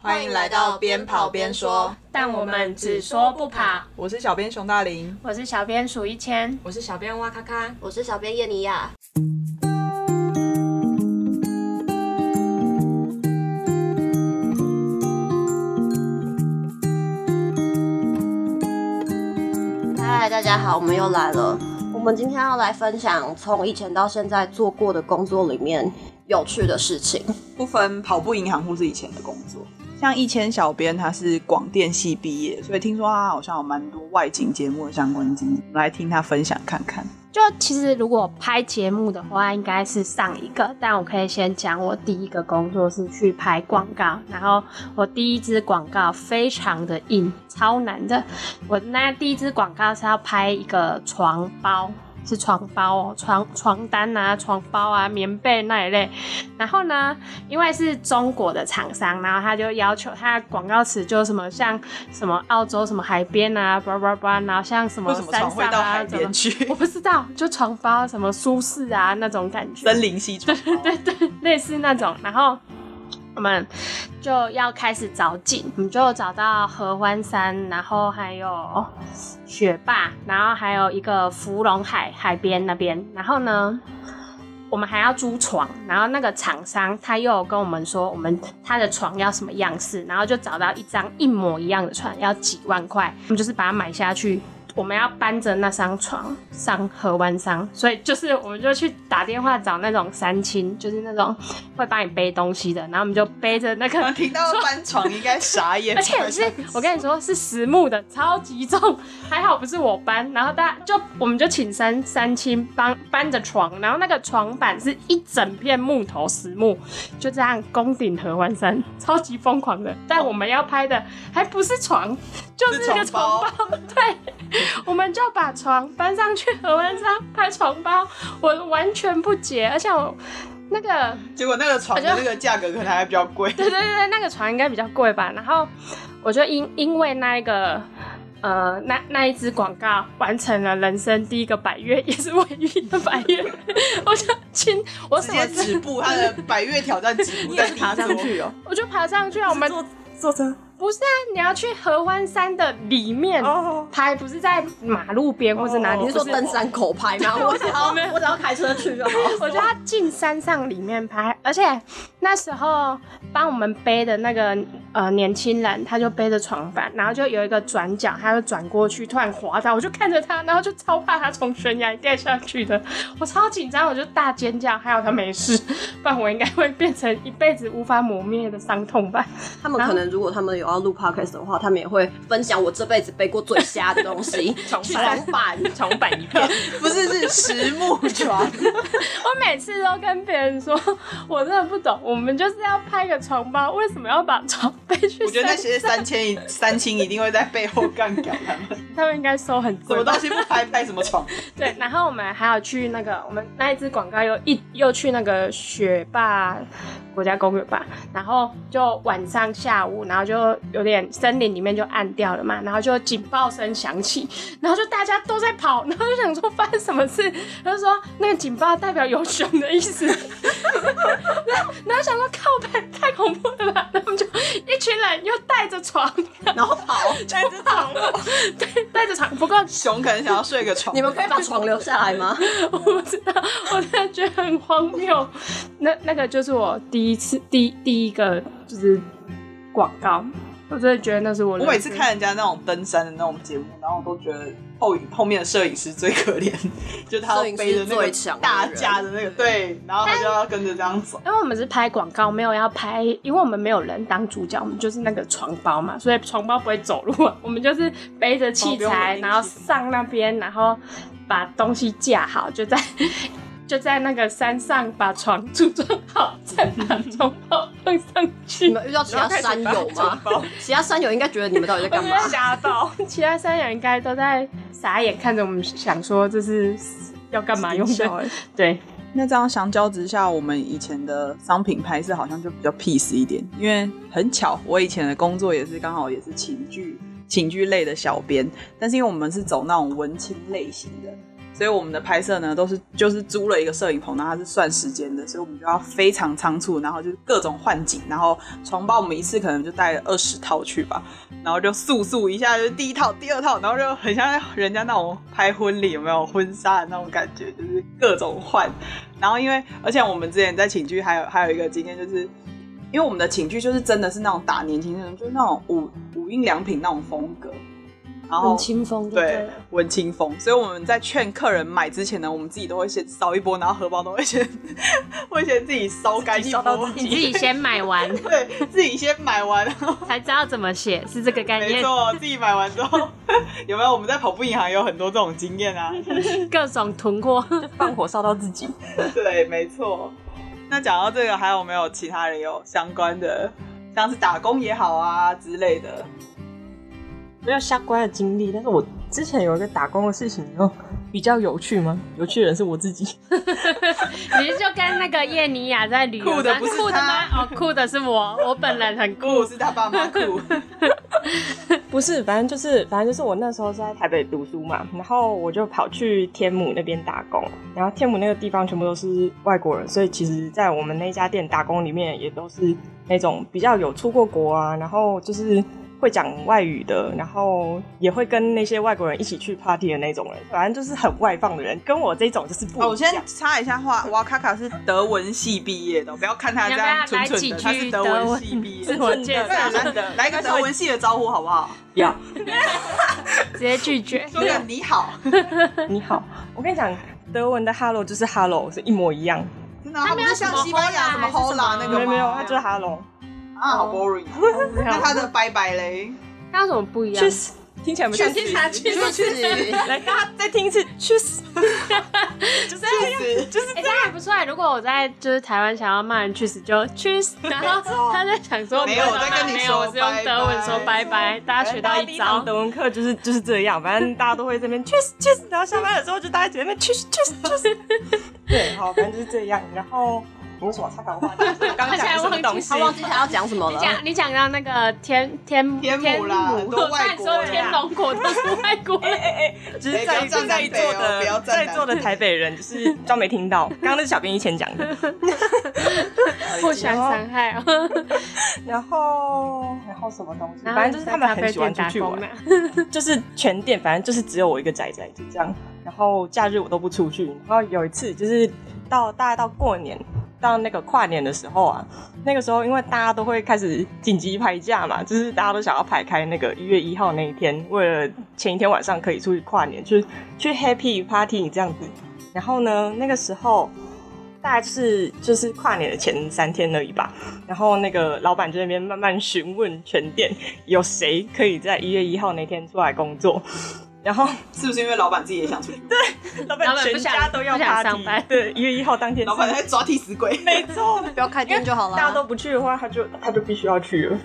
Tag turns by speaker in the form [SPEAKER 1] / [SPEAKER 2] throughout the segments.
[SPEAKER 1] 欢迎来到边跑边说，
[SPEAKER 2] 但我们只说不跑。
[SPEAKER 1] 我是小编熊大林。
[SPEAKER 2] 我是小编数一千，
[SPEAKER 3] 我是小编哇咔咔，
[SPEAKER 4] 我是小编啊叶尼亚。嗨，大家好，我们又来了。我们今天要来分享从以前到现在做过的工作里面有趣的事情。
[SPEAKER 1] 不分跑步银行或是以前的工作，像一千小编他是广电系毕业，所以听说他好像有蛮多外景节目的相关经验，我们来听他分享看看。
[SPEAKER 2] 就其实如果拍节目的话，应该是上一个，但我可以先讲我第一个工作是去拍广告，然后我第一支广告非常的硬，超难的。我那第一支广告是要拍一个床包。是床包哦，床床单啊、床包啊、棉被那一类。然后呢，因为是中国的厂商，然后他就要求他的广告词就什么像什么澳洲什么海边啊，叭叭叭，然后像什么
[SPEAKER 1] 为什么
[SPEAKER 2] 山
[SPEAKER 1] 床会
[SPEAKER 2] 上
[SPEAKER 1] 到
[SPEAKER 2] 啊，
[SPEAKER 1] 海
[SPEAKER 2] 怎么
[SPEAKER 1] 边去
[SPEAKER 2] 我？不知道，就床包什么舒适啊那种感觉，
[SPEAKER 1] 森 林系床包。对对
[SPEAKER 2] 类似那种。然后我们就要开始找景，我们就找到合欢山，然后还有雪霸，然后还有一个芙蓉海海边那边。然后呢？我们还要租床，然后那个厂商他又有跟我们说，我们他的床要什么样式，然后就找到一张一模一样的床，要几万块，我们就是把它买下去。我们要搬着那张床上河湾上，所以就是我们就去打电话找那种三亲，就是那种会帮你背东西的，然后我们就背着那
[SPEAKER 1] 我
[SPEAKER 2] 个
[SPEAKER 1] 们听到搬床应该傻眼。
[SPEAKER 2] 而且是我跟你说是实木的，超级重，还好不是我搬。然后大家就我们就请三三亲帮搬着床，然后那个床板是一整片木头实木，就这样攻顶合欢山，超级疯狂的。但我们要拍的还不是床，就是那个
[SPEAKER 1] 是床
[SPEAKER 2] 床
[SPEAKER 1] 包
[SPEAKER 2] 包。对，我们就把床搬上去合欢山拍床包，我完全不解，而且我那个。
[SPEAKER 1] 结果那个床的那个价格可能还比较贵。
[SPEAKER 2] 对对对对，那个床应该比较贵吧。然后我就因因为那一个呃那那一支广告，完成了人生第一个百月，也是唯一的百月。我就亲，我
[SPEAKER 1] 直
[SPEAKER 2] 什么
[SPEAKER 1] 接止步，他的百越挑战止步在第一去哦。
[SPEAKER 2] 我就爬上去啊了。我们
[SPEAKER 3] 坐坐车
[SPEAKER 2] 不是啊，你要去合欢山的里面
[SPEAKER 3] 哦，
[SPEAKER 2] 拍，不是在马路边或是哪里？
[SPEAKER 4] 哦你是说
[SPEAKER 2] 不
[SPEAKER 4] 登山口拍吗？我只要我只要开车去就好。
[SPEAKER 2] 我就要进山上里面拍，而且那时候帮我们背的那个呃年轻人，他就背着床板，然后就有一个转角，他就转过去，突然滑倒，我就看着他，然后就超怕他从悬崖掉下去的，我超紧张，我就大尖叫，还好他没事， 不然我应该会变成一辈子无法磨灭的伤痛吧。
[SPEAKER 4] 他们可能如果他们有要录 podcast 的话，他们也会分享我这辈子背过最瞎的东西，
[SPEAKER 3] 重
[SPEAKER 4] 去
[SPEAKER 3] 搬
[SPEAKER 4] 重版。
[SPEAKER 3] 重版一遍，
[SPEAKER 1] 不是，是实木床。
[SPEAKER 2] 我每次都跟别人说，我真的不懂，我们就是要拍个床包，为什么要把床背去
[SPEAKER 1] 我觉得那
[SPEAKER 2] 山？
[SPEAKER 1] 些三千一三清一定会在背后杠杆他们，
[SPEAKER 2] 他们应该收很
[SPEAKER 1] 什
[SPEAKER 2] 贵
[SPEAKER 1] 么
[SPEAKER 2] 吧
[SPEAKER 1] 东西不拍拍什么床。
[SPEAKER 2] 对，然后我们还有去那个，我们那一支广告又一又去那个雪霸国家公园吧，然后就晚上下午，然后就有点森林里面就暗掉了嘛，然后就警报声响起，然后就大家都在跑，然后就想说发生什么事，他就说那个警报代表有熊的意思，然后然后想说靠北太恐怖了吧，然后我们就一群人又带着床，
[SPEAKER 4] 然后跑，
[SPEAKER 2] 带着床，对，带着床，不过
[SPEAKER 1] 熊可能想要睡个床
[SPEAKER 4] 你，们可以把床留下来吗？
[SPEAKER 2] 我不知道，我真的觉得很荒谬。 那那个就是我第一次第第一个就是广告，我真的觉得那是我
[SPEAKER 1] 我
[SPEAKER 2] 人
[SPEAKER 1] 每次
[SPEAKER 2] 生
[SPEAKER 1] 看人家那种登山的那种节目，然后我都觉得后后面的摄影师最可怜， 就他要背着那
[SPEAKER 4] 摄
[SPEAKER 1] 个
[SPEAKER 4] 影师最强的
[SPEAKER 1] 大
[SPEAKER 4] 人
[SPEAKER 1] 架的那个对，然后他就要跟着这样走。
[SPEAKER 2] 因为我们是拍广告，没有要拍，因为我们没有人当主角，我们就是那个床包嘛，所以床包不会走路啊，我们就是背着器
[SPEAKER 1] 哦不用稳
[SPEAKER 2] 材，
[SPEAKER 1] 定器
[SPEAKER 2] 然后上那边，然后把东西架好，就在就在那个山上把床 组装好，再把床包放上去。
[SPEAKER 4] 你们遇到其他山友吗？其他山友应该觉得你们到底在 干嘛？
[SPEAKER 2] 吓到，其他三人应该都在傻眼看着我们，想说这是要干嘛用的。 对，
[SPEAKER 1] 那这样相较之下，我们以前的商品拍摄好像就比较 peace 一点，因为很巧，我以前的工作也是刚好也是情剧情剧类的小编，但是因为我们是走那种文青类型的，所以我们的拍摄呢，都是就是租了一个摄影棚，然后它是算时间的，所以我们就要非常仓促，然后就是各种换景，然后床包我们一次可能就带了二十套去吧，然后就速速一下就是第一套、第二套，然后就很像人家那种拍婚礼有没有婚纱的那种感觉，就是各种换。然后因为而且我们之前在寝具还有还有一个经验就是。因为我们的寝具就是真的是那种打年轻人，就是那种无无印良品那种风格，然后
[SPEAKER 2] 很清风就
[SPEAKER 1] 对
[SPEAKER 2] 了，
[SPEAKER 1] 文青风，所以我们在劝客人买之前呢，我们自己都会先烧一波，然后荷包都会先会先自己烧干一
[SPEAKER 3] 烧到
[SPEAKER 1] 波，
[SPEAKER 3] 自
[SPEAKER 2] 你自己先买完
[SPEAKER 1] 对自己先买完，然后
[SPEAKER 2] 才知道怎么写，是这个概
[SPEAKER 1] 没
[SPEAKER 2] 念。
[SPEAKER 1] 错，自己买完之后， 有没有？我们在跑步银行也有很多这种经验啊，
[SPEAKER 2] 各种囤货，
[SPEAKER 3] 放火烧到自己。
[SPEAKER 1] 对，没错。那讲到这个，还有没有其他人有相关的，像是打工也好啊之类的？
[SPEAKER 3] 没有相关的经历，但是我之前有一个打工的事情，然后比较有趣吗？有趣的人是我自己。
[SPEAKER 2] 你是就跟那个叶尼亚在旅游吗，
[SPEAKER 1] 酷的不是
[SPEAKER 2] 酷的吗
[SPEAKER 1] 他？
[SPEAKER 2] 哦，酷的是我，我本人很
[SPEAKER 1] 不
[SPEAKER 2] 酷。
[SPEAKER 1] 是他爸妈酷，
[SPEAKER 3] 不是，反正就是，反正就是我那时候是在台北读书嘛，然后我就跑去天母那边打工，然后天母那个地方全部都是外国人，所以其实，在我们那家店打工里面也都是那种比较有出过国啊，然后就是会讲外语的，然后也会跟那些外国人一起去 party 的那种人，反正就是很外放的人，跟我这种就是不一样。
[SPEAKER 1] 哦，我先插一下话，瓦卡卡是德文系毕业的，不要看他这样蠢蠢的，他是德文系毕业
[SPEAKER 2] 自
[SPEAKER 1] 的。
[SPEAKER 2] 我介
[SPEAKER 1] 对啊，
[SPEAKER 2] 绍，
[SPEAKER 1] 难得来一个德文系的招呼好不好？
[SPEAKER 3] 要
[SPEAKER 2] 直接 拒绝。
[SPEAKER 1] 说个你好，
[SPEAKER 3] 你好，我跟你讲，德文的 hello 就是 hello 是一模一样，
[SPEAKER 1] 真的啊，他
[SPEAKER 2] 他
[SPEAKER 1] 不
[SPEAKER 2] 没
[SPEAKER 1] 是
[SPEAKER 2] 有
[SPEAKER 1] 像
[SPEAKER 2] 什么
[SPEAKER 1] 西班牙什么 hola 那
[SPEAKER 2] 有
[SPEAKER 1] 个
[SPEAKER 3] 没
[SPEAKER 1] 吗？
[SPEAKER 3] 有没哦有，他就是 hello，
[SPEAKER 1] 啊，好 boring 啊。那他的拜拜嘞？
[SPEAKER 2] 那有什么不一样
[SPEAKER 3] 去？死，听起来不像
[SPEAKER 1] 去死
[SPEAKER 4] 去死！
[SPEAKER 3] 来，大家再听一次，去 死！就是
[SPEAKER 1] 死
[SPEAKER 3] 就是
[SPEAKER 2] 哎，这样还不错欸。如果我在就是台湾想要骂人去死就去死，然后他在想说
[SPEAKER 1] 没有我在跟你
[SPEAKER 2] 没
[SPEAKER 1] 说
[SPEAKER 2] 有，我是用德文说拜拜，大家学到一招。
[SPEAKER 3] 德文课就是就是这样，反正大家都会这边去死去死，然后下班的时候就大家在那边去死去死去死。 对，好，反正就是这样。然后你为什么插管话题？我刚刚讲的什么东西
[SPEAKER 4] 他？忘记他要讲什么
[SPEAKER 2] 你
[SPEAKER 4] 了。
[SPEAKER 2] 讲你讲到那个天天
[SPEAKER 1] 天母
[SPEAKER 2] 天
[SPEAKER 1] 啦很
[SPEAKER 2] 母，
[SPEAKER 1] 多
[SPEAKER 2] 我
[SPEAKER 1] 外
[SPEAKER 2] 看
[SPEAKER 1] 国
[SPEAKER 2] 说
[SPEAKER 1] 人
[SPEAKER 2] 天龙国都是外国人。
[SPEAKER 3] 就是在在座的在座的台北人，就是装没听到。刚刚那是小编以前讲的。
[SPEAKER 2] 互相伤害哦。
[SPEAKER 3] 然后然后什么东西？
[SPEAKER 2] 然后
[SPEAKER 3] 反正就是他们很喜欢出去玩
[SPEAKER 2] 在。咖啡店打工啊
[SPEAKER 3] 就是全店，反正就是只有我一个仔仔，就这样。然后假日我都不出去。然后有一次就是到大概到过年，到那个跨年的时候啊，那个时候因为大家都会开始紧急排假嘛，就是大家都想要排开那个一月一号那一天，为了前一天晚上可以出去跨年，去去 happy party 这样子。然后呢，那个时候大概就是就是跨年的前三天而已吧。然后那个老板就在那边慢慢询问全店有谁可以在一月一号那天出来工作。 然后
[SPEAKER 1] 是不是因为老板自己也想出去？对，
[SPEAKER 2] 老
[SPEAKER 3] 老板
[SPEAKER 2] 板
[SPEAKER 3] 全
[SPEAKER 2] 不想
[SPEAKER 3] 家都要
[SPEAKER 2] 不想
[SPEAKER 3] party，
[SPEAKER 2] 上班
[SPEAKER 3] 对，一月一号当天
[SPEAKER 1] 老板在抓替死 鬼。
[SPEAKER 3] 没错，
[SPEAKER 4] 不要开店就好了。
[SPEAKER 3] 大家都不去的话，他就他就必须要去了。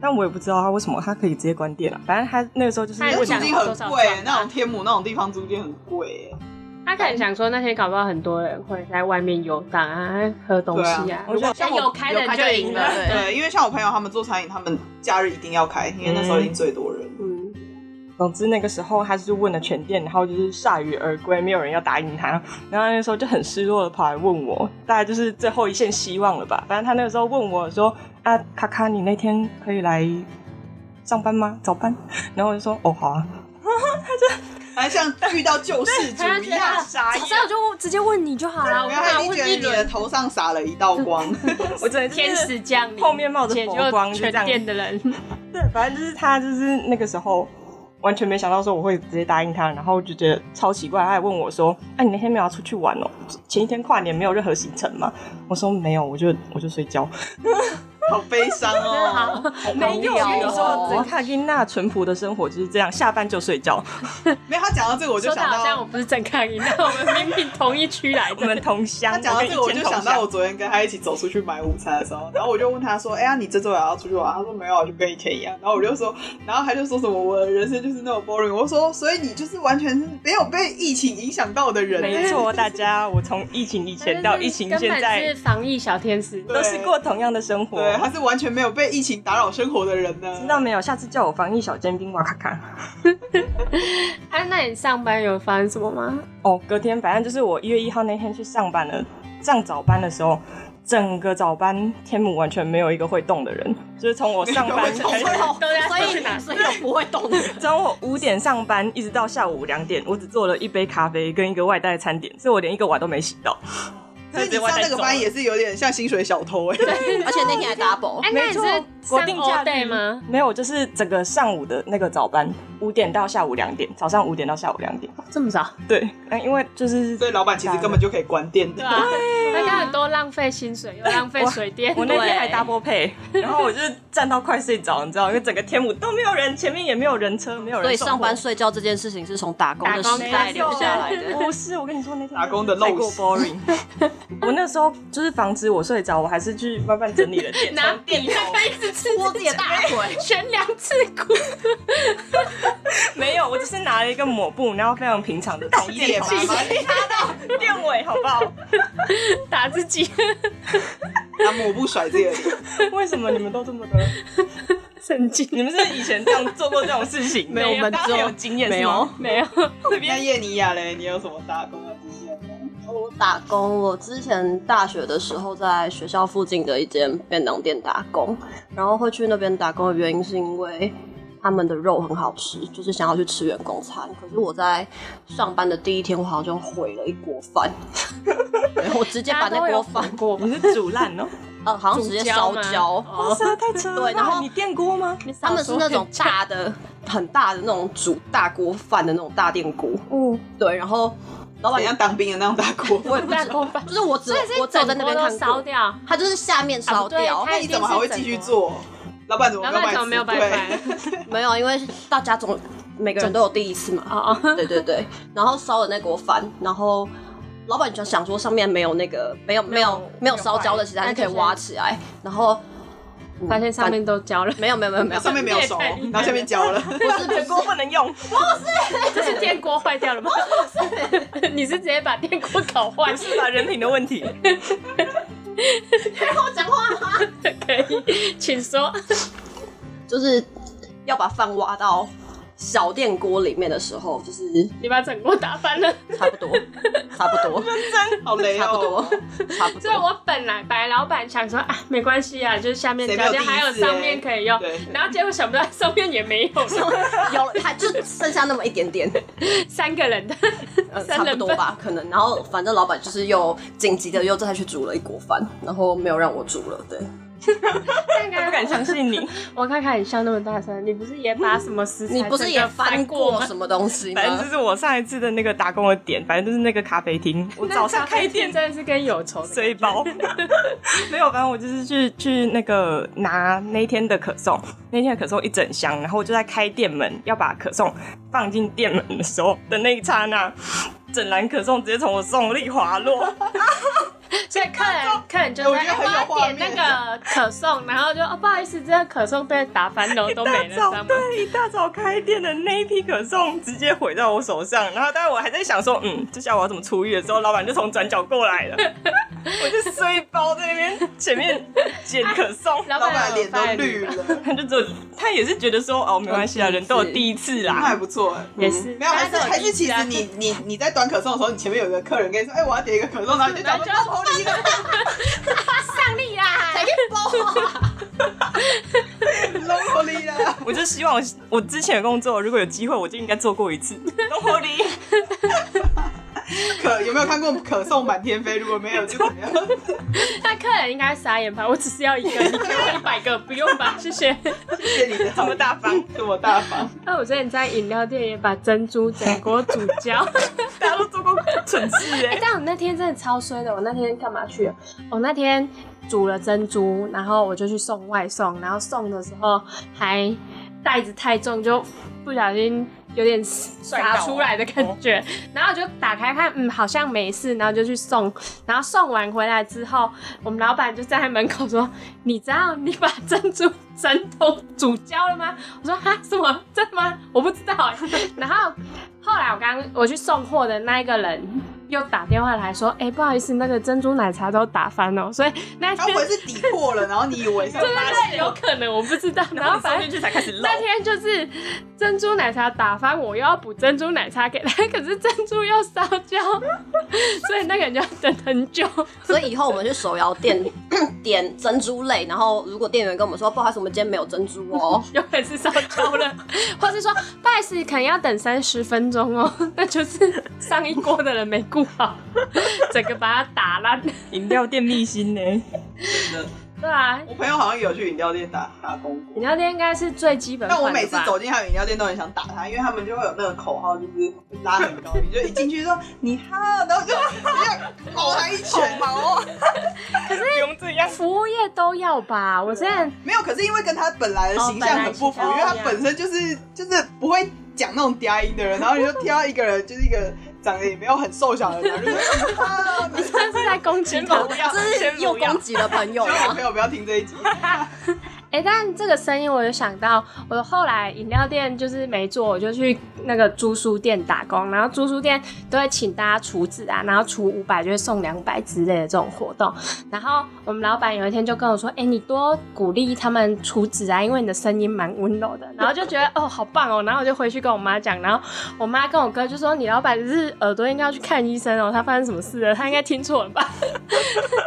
[SPEAKER 3] 但我也不知道他为什么他可以直接关店了、啊反正他那个时候就是
[SPEAKER 2] 他也
[SPEAKER 1] 租
[SPEAKER 2] 不
[SPEAKER 3] 问
[SPEAKER 2] 想
[SPEAKER 1] 金
[SPEAKER 3] 你，
[SPEAKER 1] 很
[SPEAKER 2] 多少
[SPEAKER 1] 贵，
[SPEAKER 2] 赚
[SPEAKER 1] 那种天母那种地方租金很贵。
[SPEAKER 2] 他可能想说，那天搞不好很多人会在外面游荡啊，喝东西啊。
[SPEAKER 3] 对啊我觉得
[SPEAKER 2] 像有开的人就赢了。
[SPEAKER 4] 对
[SPEAKER 1] 对，因为像我朋友他们做餐饮，他们假日一定要开，因为那时候已经最多人。
[SPEAKER 2] 嗯，
[SPEAKER 3] 总之那个时候他就是问了全店，然后就是铩羽而归，没有人要答应他。然后那时候就很失落的跑来问我，大概就是最后一线希望了吧。反正他那个时候问我说：“啊，卡卡，你那天可以来上班吗？早班？”然后我就说：“哦，好啊。”
[SPEAKER 1] 还像遇到救世主
[SPEAKER 2] 嗯 他就
[SPEAKER 1] 一
[SPEAKER 2] 觉得
[SPEAKER 1] 样。
[SPEAKER 3] 傻眼
[SPEAKER 2] 早知道我就直接问你就好了，我
[SPEAKER 1] 没有，
[SPEAKER 2] 干
[SPEAKER 1] 他
[SPEAKER 2] 嘛
[SPEAKER 1] 已经觉
[SPEAKER 2] 问
[SPEAKER 1] 得
[SPEAKER 2] 一
[SPEAKER 1] 你的
[SPEAKER 2] 轮？
[SPEAKER 1] 头上洒了一道 光。
[SPEAKER 3] 我真的就是
[SPEAKER 2] 天使降临，
[SPEAKER 3] 后面冒着
[SPEAKER 2] 解
[SPEAKER 3] 佛光
[SPEAKER 2] 救
[SPEAKER 3] 就这
[SPEAKER 2] 全
[SPEAKER 3] 样。
[SPEAKER 2] 店的人，
[SPEAKER 3] 对，反正就是他，就是那个时候完全没想到说我会直接答应他，然后我就觉得超奇怪。他还问我说：“哎、你那天没有要出去玩哦？前一天跨年没有任何行程吗？”我说：“没有，我就我就睡觉。
[SPEAKER 1] 好悲伤哦。
[SPEAKER 4] 没有
[SPEAKER 3] 我跟你
[SPEAKER 4] 哦
[SPEAKER 3] 说，整卡金娜淳朴的生活就是这样，下班就睡觉。
[SPEAKER 1] 没有，他讲到这个我就
[SPEAKER 2] 说的
[SPEAKER 1] 想
[SPEAKER 2] 好像我
[SPEAKER 1] 到，
[SPEAKER 2] 不是郑康怡，那我们明明同一区来
[SPEAKER 3] 我
[SPEAKER 2] 的。
[SPEAKER 3] 们同乡，
[SPEAKER 1] 他讲到这个我
[SPEAKER 3] 跟以
[SPEAKER 1] 就
[SPEAKER 3] 前
[SPEAKER 1] 想
[SPEAKER 3] 同
[SPEAKER 1] 到
[SPEAKER 3] 乡
[SPEAKER 1] 我昨天跟他一起走出去买午餐的时候，然后我就问他说：“哎呀，你这周也要出去玩？”他说：“没有，我就跟以前一样。”然后我就说，然后他就说什么我的人生就是那种 boring。我说：“所以你就是完全是没有被疫情影响到的人。”
[SPEAKER 3] 没错，大家，我从疫情以前到疫情
[SPEAKER 2] 根
[SPEAKER 3] 现
[SPEAKER 2] 本
[SPEAKER 3] 在
[SPEAKER 2] 是。防疫小天使，
[SPEAKER 1] 对
[SPEAKER 3] 都是过同样的生活，
[SPEAKER 1] 对，他是完全没有被疫情打扰生活的人呢。
[SPEAKER 3] 知道没有？下次叫我防疫小尖兵哇咔咔。
[SPEAKER 2] 啊，那你上班有发生什么吗？
[SPEAKER 3] 哦，隔天反正就是我一月一号那天去上班了，上早班的时候，整个早班天母完全没有一个会动的人，就是从我上 班
[SPEAKER 1] 没有会动
[SPEAKER 3] 开始，
[SPEAKER 4] 所以所以有不会 动的人，
[SPEAKER 3] 从我五点上班一直到下午两点，我只做了一杯咖啡跟一个外带餐点，所以我连一个碗都没洗到。
[SPEAKER 1] 所以你上那个班也是有点像薪水小偷哎、
[SPEAKER 4] 而且那天还 double，
[SPEAKER 2] 哎、那
[SPEAKER 3] 没
[SPEAKER 2] 你
[SPEAKER 3] 错
[SPEAKER 2] 是
[SPEAKER 3] 国
[SPEAKER 2] 上
[SPEAKER 3] 定假
[SPEAKER 2] all day
[SPEAKER 3] 日
[SPEAKER 2] 吗？
[SPEAKER 3] 没有，就是整个上午的那个早班，五点到下午两点，早上五点到下午两点。
[SPEAKER 2] 这么早？
[SPEAKER 3] 对，那因为就是
[SPEAKER 1] 所以老板其实根本就可以关店
[SPEAKER 2] 对
[SPEAKER 1] 的。
[SPEAKER 2] 啊，大家很多浪费薪水，又浪费水电。
[SPEAKER 3] 我那
[SPEAKER 4] 对
[SPEAKER 3] 天还 double pay，然后我就是站到快睡着，你知道，因为整个天母都没有人，前面也没有人车，没有人。
[SPEAKER 4] 所以上班睡觉这件事情是从打工的时代留下来的。
[SPEAKER 3] 不是，我跟你说那天
[SPEAKER 1] 打工的
[SPEAKER 3] 太
[SPEAKER 1] 陋
[SPEAKER 3] 过
[SPEAKER 1] 习
[SPEAKER 3] boring。我那时候就是防止我睡着，我还是去慢慢整理了 店，
[SPEAKER 2] 拿
[SPEAKER 3] 从
[SPEAKER 2] 笔
[SPEAKER 3] 店头
[SPEAKER 2] 一直刺
[SPEAKER 4] 摸自己的大腿，
[SPEAKER 2] 悬梁刺股，
[SPEAKER 3] 没有，我只是拿了一个抹布，然后非常平常的从
[SPEAKER 1] 点
[SPEAKER 3] 店
[SPEAKER 1] 嘛
[SPEAKER 3] 头店尾，好不好？
[SPEAKER 2] 打自己，
[SPEAKER 1] 拿抹布甩自己的脸，
[SPEAKER 3] 为什么你们都这么的？
[SPEAKER 2] 神经
[SPEAKER 3] 你们是以前这样做过这种事情？
[SPEAKER 4] 没有我们
[SPEAKER 3] 大家
[SPEAKER 4] 只有
[SPEAKER 3] 很有经验，
[SPEAKER 4] 没
[SPEAKER 3] 是吗
[SPEAKER 4] 有
[SPEAKER 2] 没有。
[SPEAKER 1] 那叶尼亚嘞，你有什么打工的经验吗？
[SPEAKER 4] 我打工，我之前大学的时候在学校附近的一间便当店打工，然后会去那边打工的原因是因为他们的肉很好吃，就是想要去吃员工餐。可是我在上班的第一天，我好像毁了一锅饭，我直接把那锅饭，
[SPEAKER 2] 过
[SPEAKER 3] 你是煮烂哦，
[SPEAKER 4] 呃，好像直接烧焦。
[SPEAKER 3] 哇塞，太扯了吧！
[SPEAKER 4] 哦对然后
[SPEAKER 3] 你电锅吗？
[SPEAKER 4] 他们是那种大的、很大的那种煮大锅饭的那种大电锅，
[SPEAKER 3] 哦，
[SPEAKER 4] 对，然后老板
[SPEAKER 1] 怎
[SPEAKER 4] 娘
[SPEAKER 1] 样，当兵的那种打工？
[SPEAKER 4] 我也不
[SPEAKER 2] 大
[SPEAKER 4] 知
[SPEAKER 2] 锅
[SPEAKER 4] 道，
[SPEAKER 2] 饭，
[SPEAKER 4] 就是我只
[SPEAKER 2] 所以是
[SPEAKER 4] 我只有在那边
[SPEAKER 2] 整锅
[SPEAKER 4] 看
[SPEAKER 2] 都
[SPEAKER 4] 过
[SPEAKER 2] 烧掉。
[SPEAKER 4] 它就是下面
[SPEAKER 2] 啊
[SPEAKER 4] 烧
[SPEAKER 2] 不对
[SPEAKER 4] 掉，
[SPEAKER 2] 它
[SPEAKER 1] 那你怎么还会继
[SPEAKER 2] 哎
[SPEAKER 1] 续做？老板怎么
[SPEAKER 2] 老板怎么没
[SPEAKER 1] 没
[SPEAKER 2] 有
[SPEAKER 1] 有
[SPEAKER 2] 拜
[SPEAKER 1] 拜
[SPEAKER 2] 拜
[SPEAKER 1] 吃？？
[SPEAKER 4] 没有，因为大家总每个人都有第一次 嘛。
[SPEAKER 2] 哦哦，
[SPEAKER 4] 对对对，然后烧的那锅饭，然后老板就想说上面没有那个没有没有没有烧焦的，其实还是可以挖起来。然后嗯
[SPEAKER 2] 发现上面都焦 了，
[SPEAKER 4] 没有没有没有没有，
[SPEAKER 1] 上面 没有熟， 然后下面焦了。
[SPEAKER 3] 电锅不能用，
[SPEAKER 2] 这是电锅坏掉了吗？ 你是直接把电锅搞坏
[SPEAKER 3] 不？是吧？人品的问题。
[SPEAKER 4] 我讲话吗？
[SPEAKER 2] 可以，请说。
[SPEAKER 4] 就是要把饭挖到小电锅里面的时候，就是
[SPEAKER 2] 你把整锅打 翻了。
[SPEAKER 4] 差不多，差不多，
[SPEAKER 1] 好雷
[SPEAKER 4] 差不
[SPEAKER 1] 哦
[SPEAKER 4] 多！， 差不
[SPEAKER 2] 所以
[SPEAKER 4] 多。
[SPEAKER 2] 我本来本来老板想说啊，没关系啊，就是下面
[SPEAKER 1] 谁没
[SPEAKER 2] 条
[SPEAKER 1] 有
[SPEAKER 2] 件
[SPEAKER 1] 第一
[SPEAKER 2] 还有
[SPEAKER 1] 次
[SPEAKER 2] 上
[SPEAKER 1] 欸
[SPEAKER 2] 面可以用
[SPEAKER 1] 对，
[SPEAKER 2] 然后结果想不到 上面也 没有了，
[SPEAKER 4] 有了，它就剩下那么一点点，
[SPEAKER 2] 三 个人的，
[SPEAKER 4] 呃，
[SPEAKER 2] 三
[SPEAKER 4] 差
[SPEAKER 2] 人
[SPEAKER 4] 不多吧，可能。然后反正老板就是又紧急的又再去煮了一锅饭，然后没有让我煮了，对。
[SPEAKER 2] 不
[SPEAKER 3] 不敢相信 你，
[SPEAKER 2] 我看看你笑那么大声，你不是也把什么食材
[SPEAKER 4] 你不是也翻
[SPEAKER 2] 翻
[SPEAKER 4] 过
[SPEAKER 2] 吗？
[SPEAKER 4] 什么东西吗
[SPEAKER 3] 反？正就是我上一次的那个打工的点，反正就是那个咖啡厅，我早上开店
[SPEAKER 2] 真的是跟有仇的
[SPEAKER 3] 随包， 没有，反正我就是去去那个拿那天的可颂，那天的可颂一整箱，然后我就在开店门要把可颂放进店门的时候的那一刹那，整篮可颂直接从我手里滑落，
[SPEAKER 2] 所以 客人客人就
[SPEAKER 1] 我
[SPEAKER 2] 说
[SPEAKER 1] 觉得很有
[SPEAKER 2] 哎我要
[SPEAKER 1] 画
[SPEAKER 2] 点
[SPEAKER 1] 面
[SPEAKER 2] 那个可颂，然后就哦不好意思，这个可颂被打翻了，都没了，
[SPEAKER 3] 一 大
[SPEAKER 2] 知
[SPEAKER 3] 早
[SPEAKER 2] 道吗？
[SPEAKER 3] 对，一大早开店的那一批可颂直接毁在我手上，然后当然我还在想说，嗯，这下我要怎么出狱的时候，老板就从转角 过来了，我就衰包在那边前面捡可颂。
[SPEAKER 2] 老
[SPEAKER 1] 老
[SPEAKER 2] 板
[SPEAKER 1] 板
[SPEAKER 2] 有
[SPEAKER 1] 脸都
[SPEAKER 2] 发现
[SPEAKER 1] 绿
[SPEAKER 2] 你，
[SPEAKER 1] 了，
[SPEAKER 3] 他就只有他也是觉得说哦，没关系啊，
[SPEAKER 4] 嗯
[SPEAKER 3] 人都有第一次
[SPEAKER 1] 那还
[SPEAKER 3] 啦。
[SPEAKER 1] 不错哎。
[SPEAKER 2] 也是
[SPEAKER 1] 没有，还是
[SPEAKER 2] 大家都有
[SPEAKER 1] 还是，其
[SPEAKER 2] 意思啊
[SPEAKER 1] 实你你你在端可颂的时候，你前面有一个客人跟你说：“哎，我要点一个可颂。”然后你就讲 说：“那我你一个。
[SPEAKER 2] 上力啦，
[SPEAKER 4] 才包啊！
[SPEAKER 1] ”Low 力啦，
[SPEAKER 3] 我就希望我我之前的工作，如果有机会，我就应该做过 一次。都合理，
[SPEAKER 1] 可有没有看过可颂满天飞？如果没有，就怎么样？
[SPEAKER 2] 那客人应该傻眼吧？我只是要一个，你给我一百个，不用吧，谢谢。
[SPEAKER 1] 谢谢你的
[SPEAKER 3] 这么大方，
[SPEAKER 1] 这么大方。
[SPEAKER 2] 那我之前在饮料店也把珍珠整锅煮 焦。
[SPEAKER 3] 大家都做过蠢事哎、
[SPEAKER 2] 哎、但我那天真的超衰的，我那天干嘛去了？我那天煮了珍珠，然后我就去送外送，然后送的时候还袋子太重，就不小心有点洒出来的感 觉，然后就打开看，嗯，好像没事，然后就去送，然后送完回来之后，我们老板就站在门口说：“你知道你把珍珠整桶煮焦了吗？”我说：“哈，什么？ 真的吗？我不知道、欸。”然后后来我刚我去送货的那一个人又打电话来说，哎、不好意思，那个珍珠奶茶都打翻了，所以那
[SPEAKER 1] 他以
[SPEAKER 2] 天
[SPEAKER 1] 为是底破了，然后你以为是
[SPEAKER 2] 对对对，啊有可能我不知道， 然
[SPEAKER 1] 然后
[SPEAKER 2] 后
[SPEAKER 1] 你送
[SPEAKER 2] 反
[SPEAKER 1] 进
[SPEAKER 2] 正。
[SPEAKER 1] 去才 开始漏
[SPEAKER 2] 那。天就是珍珠奶茶打翻，我又要补珍珠奶茶给他，可是珍珠又烧焦，所以那个人就要等很久。
[SPEAKER 4] 所以以后我们去手摇店 点珍珠类，然后如果店员跟我们说不好意思，我们今天没有珍珠哦，
[SPEAKER 2] 有本事烧焦了，或是说不好意思，可能要等三十分钟哦，那就是上一锅的人没顾好，整个把它打烂。
[SPEAKER 3] 饮料店秘辛呢？
[SPEAKER 1] 真的
[SPEAKER 2] 对啊，
[SPEAKER 1] 我朋友好像有去饮料店打打工
[SPEAKER 2] 饮
[SPEAKER 1] 过，
[SPEAKER 2] 料店应该是 最基本款
[SPEAKER 1] 但
[SPEAKER 2] 的吧。
[SPEAKER 1] 我每次走进他们饮料店都很想打他，因为他们就会有那个口号，就是 拉很高音，就一进去说你好，然后就 要搞他一拳嘛。哦
[SPEAKER 3] 不用这样，
[SPEAKER 2] 服务业都要吧。我之前
[SPEAKER 1] 没有，可是因为跟他本来的形象很不符，
[SPEAKER 2] 哦
[SPEAKER 1] 因为他
[SPEAKER 2] 本来
[SPEAKER 1] 本身就是就是不会讲那种嗲音的人，然后你就挑一个人，就是一个长得也没有很瘦小的人，然后就说啊，你
[SPEAKER 2] 真的是在攻击他。
[SPEAKER 3] 不要，
[SPEAKER 4] 这是又攻击了朋友啊
[SPEAKER 1] 希望我
[SPEAKER 4] 吗？
[SPEAKER 1] 朋友不 要听这一集。
[SPEAKER 2] 哎、但这个声音我就想到，我后来饮料店就是没做，我就去那个租书店打工，然后租书店都会请大家储值啊，然后储五百就会送两百之类的这种活动。然后我们老板有一天就跟我说：“哎、你多鼓励他们储值啊，因为你的声音蛮温柔的。”然后就觉得哦，好棒哦。然后我就回去跟我妈讲，然后我妈跟我哥就说：“你老板就是耳朵应该要去看医生哦，他发生什么事了？他应该听错了吧？”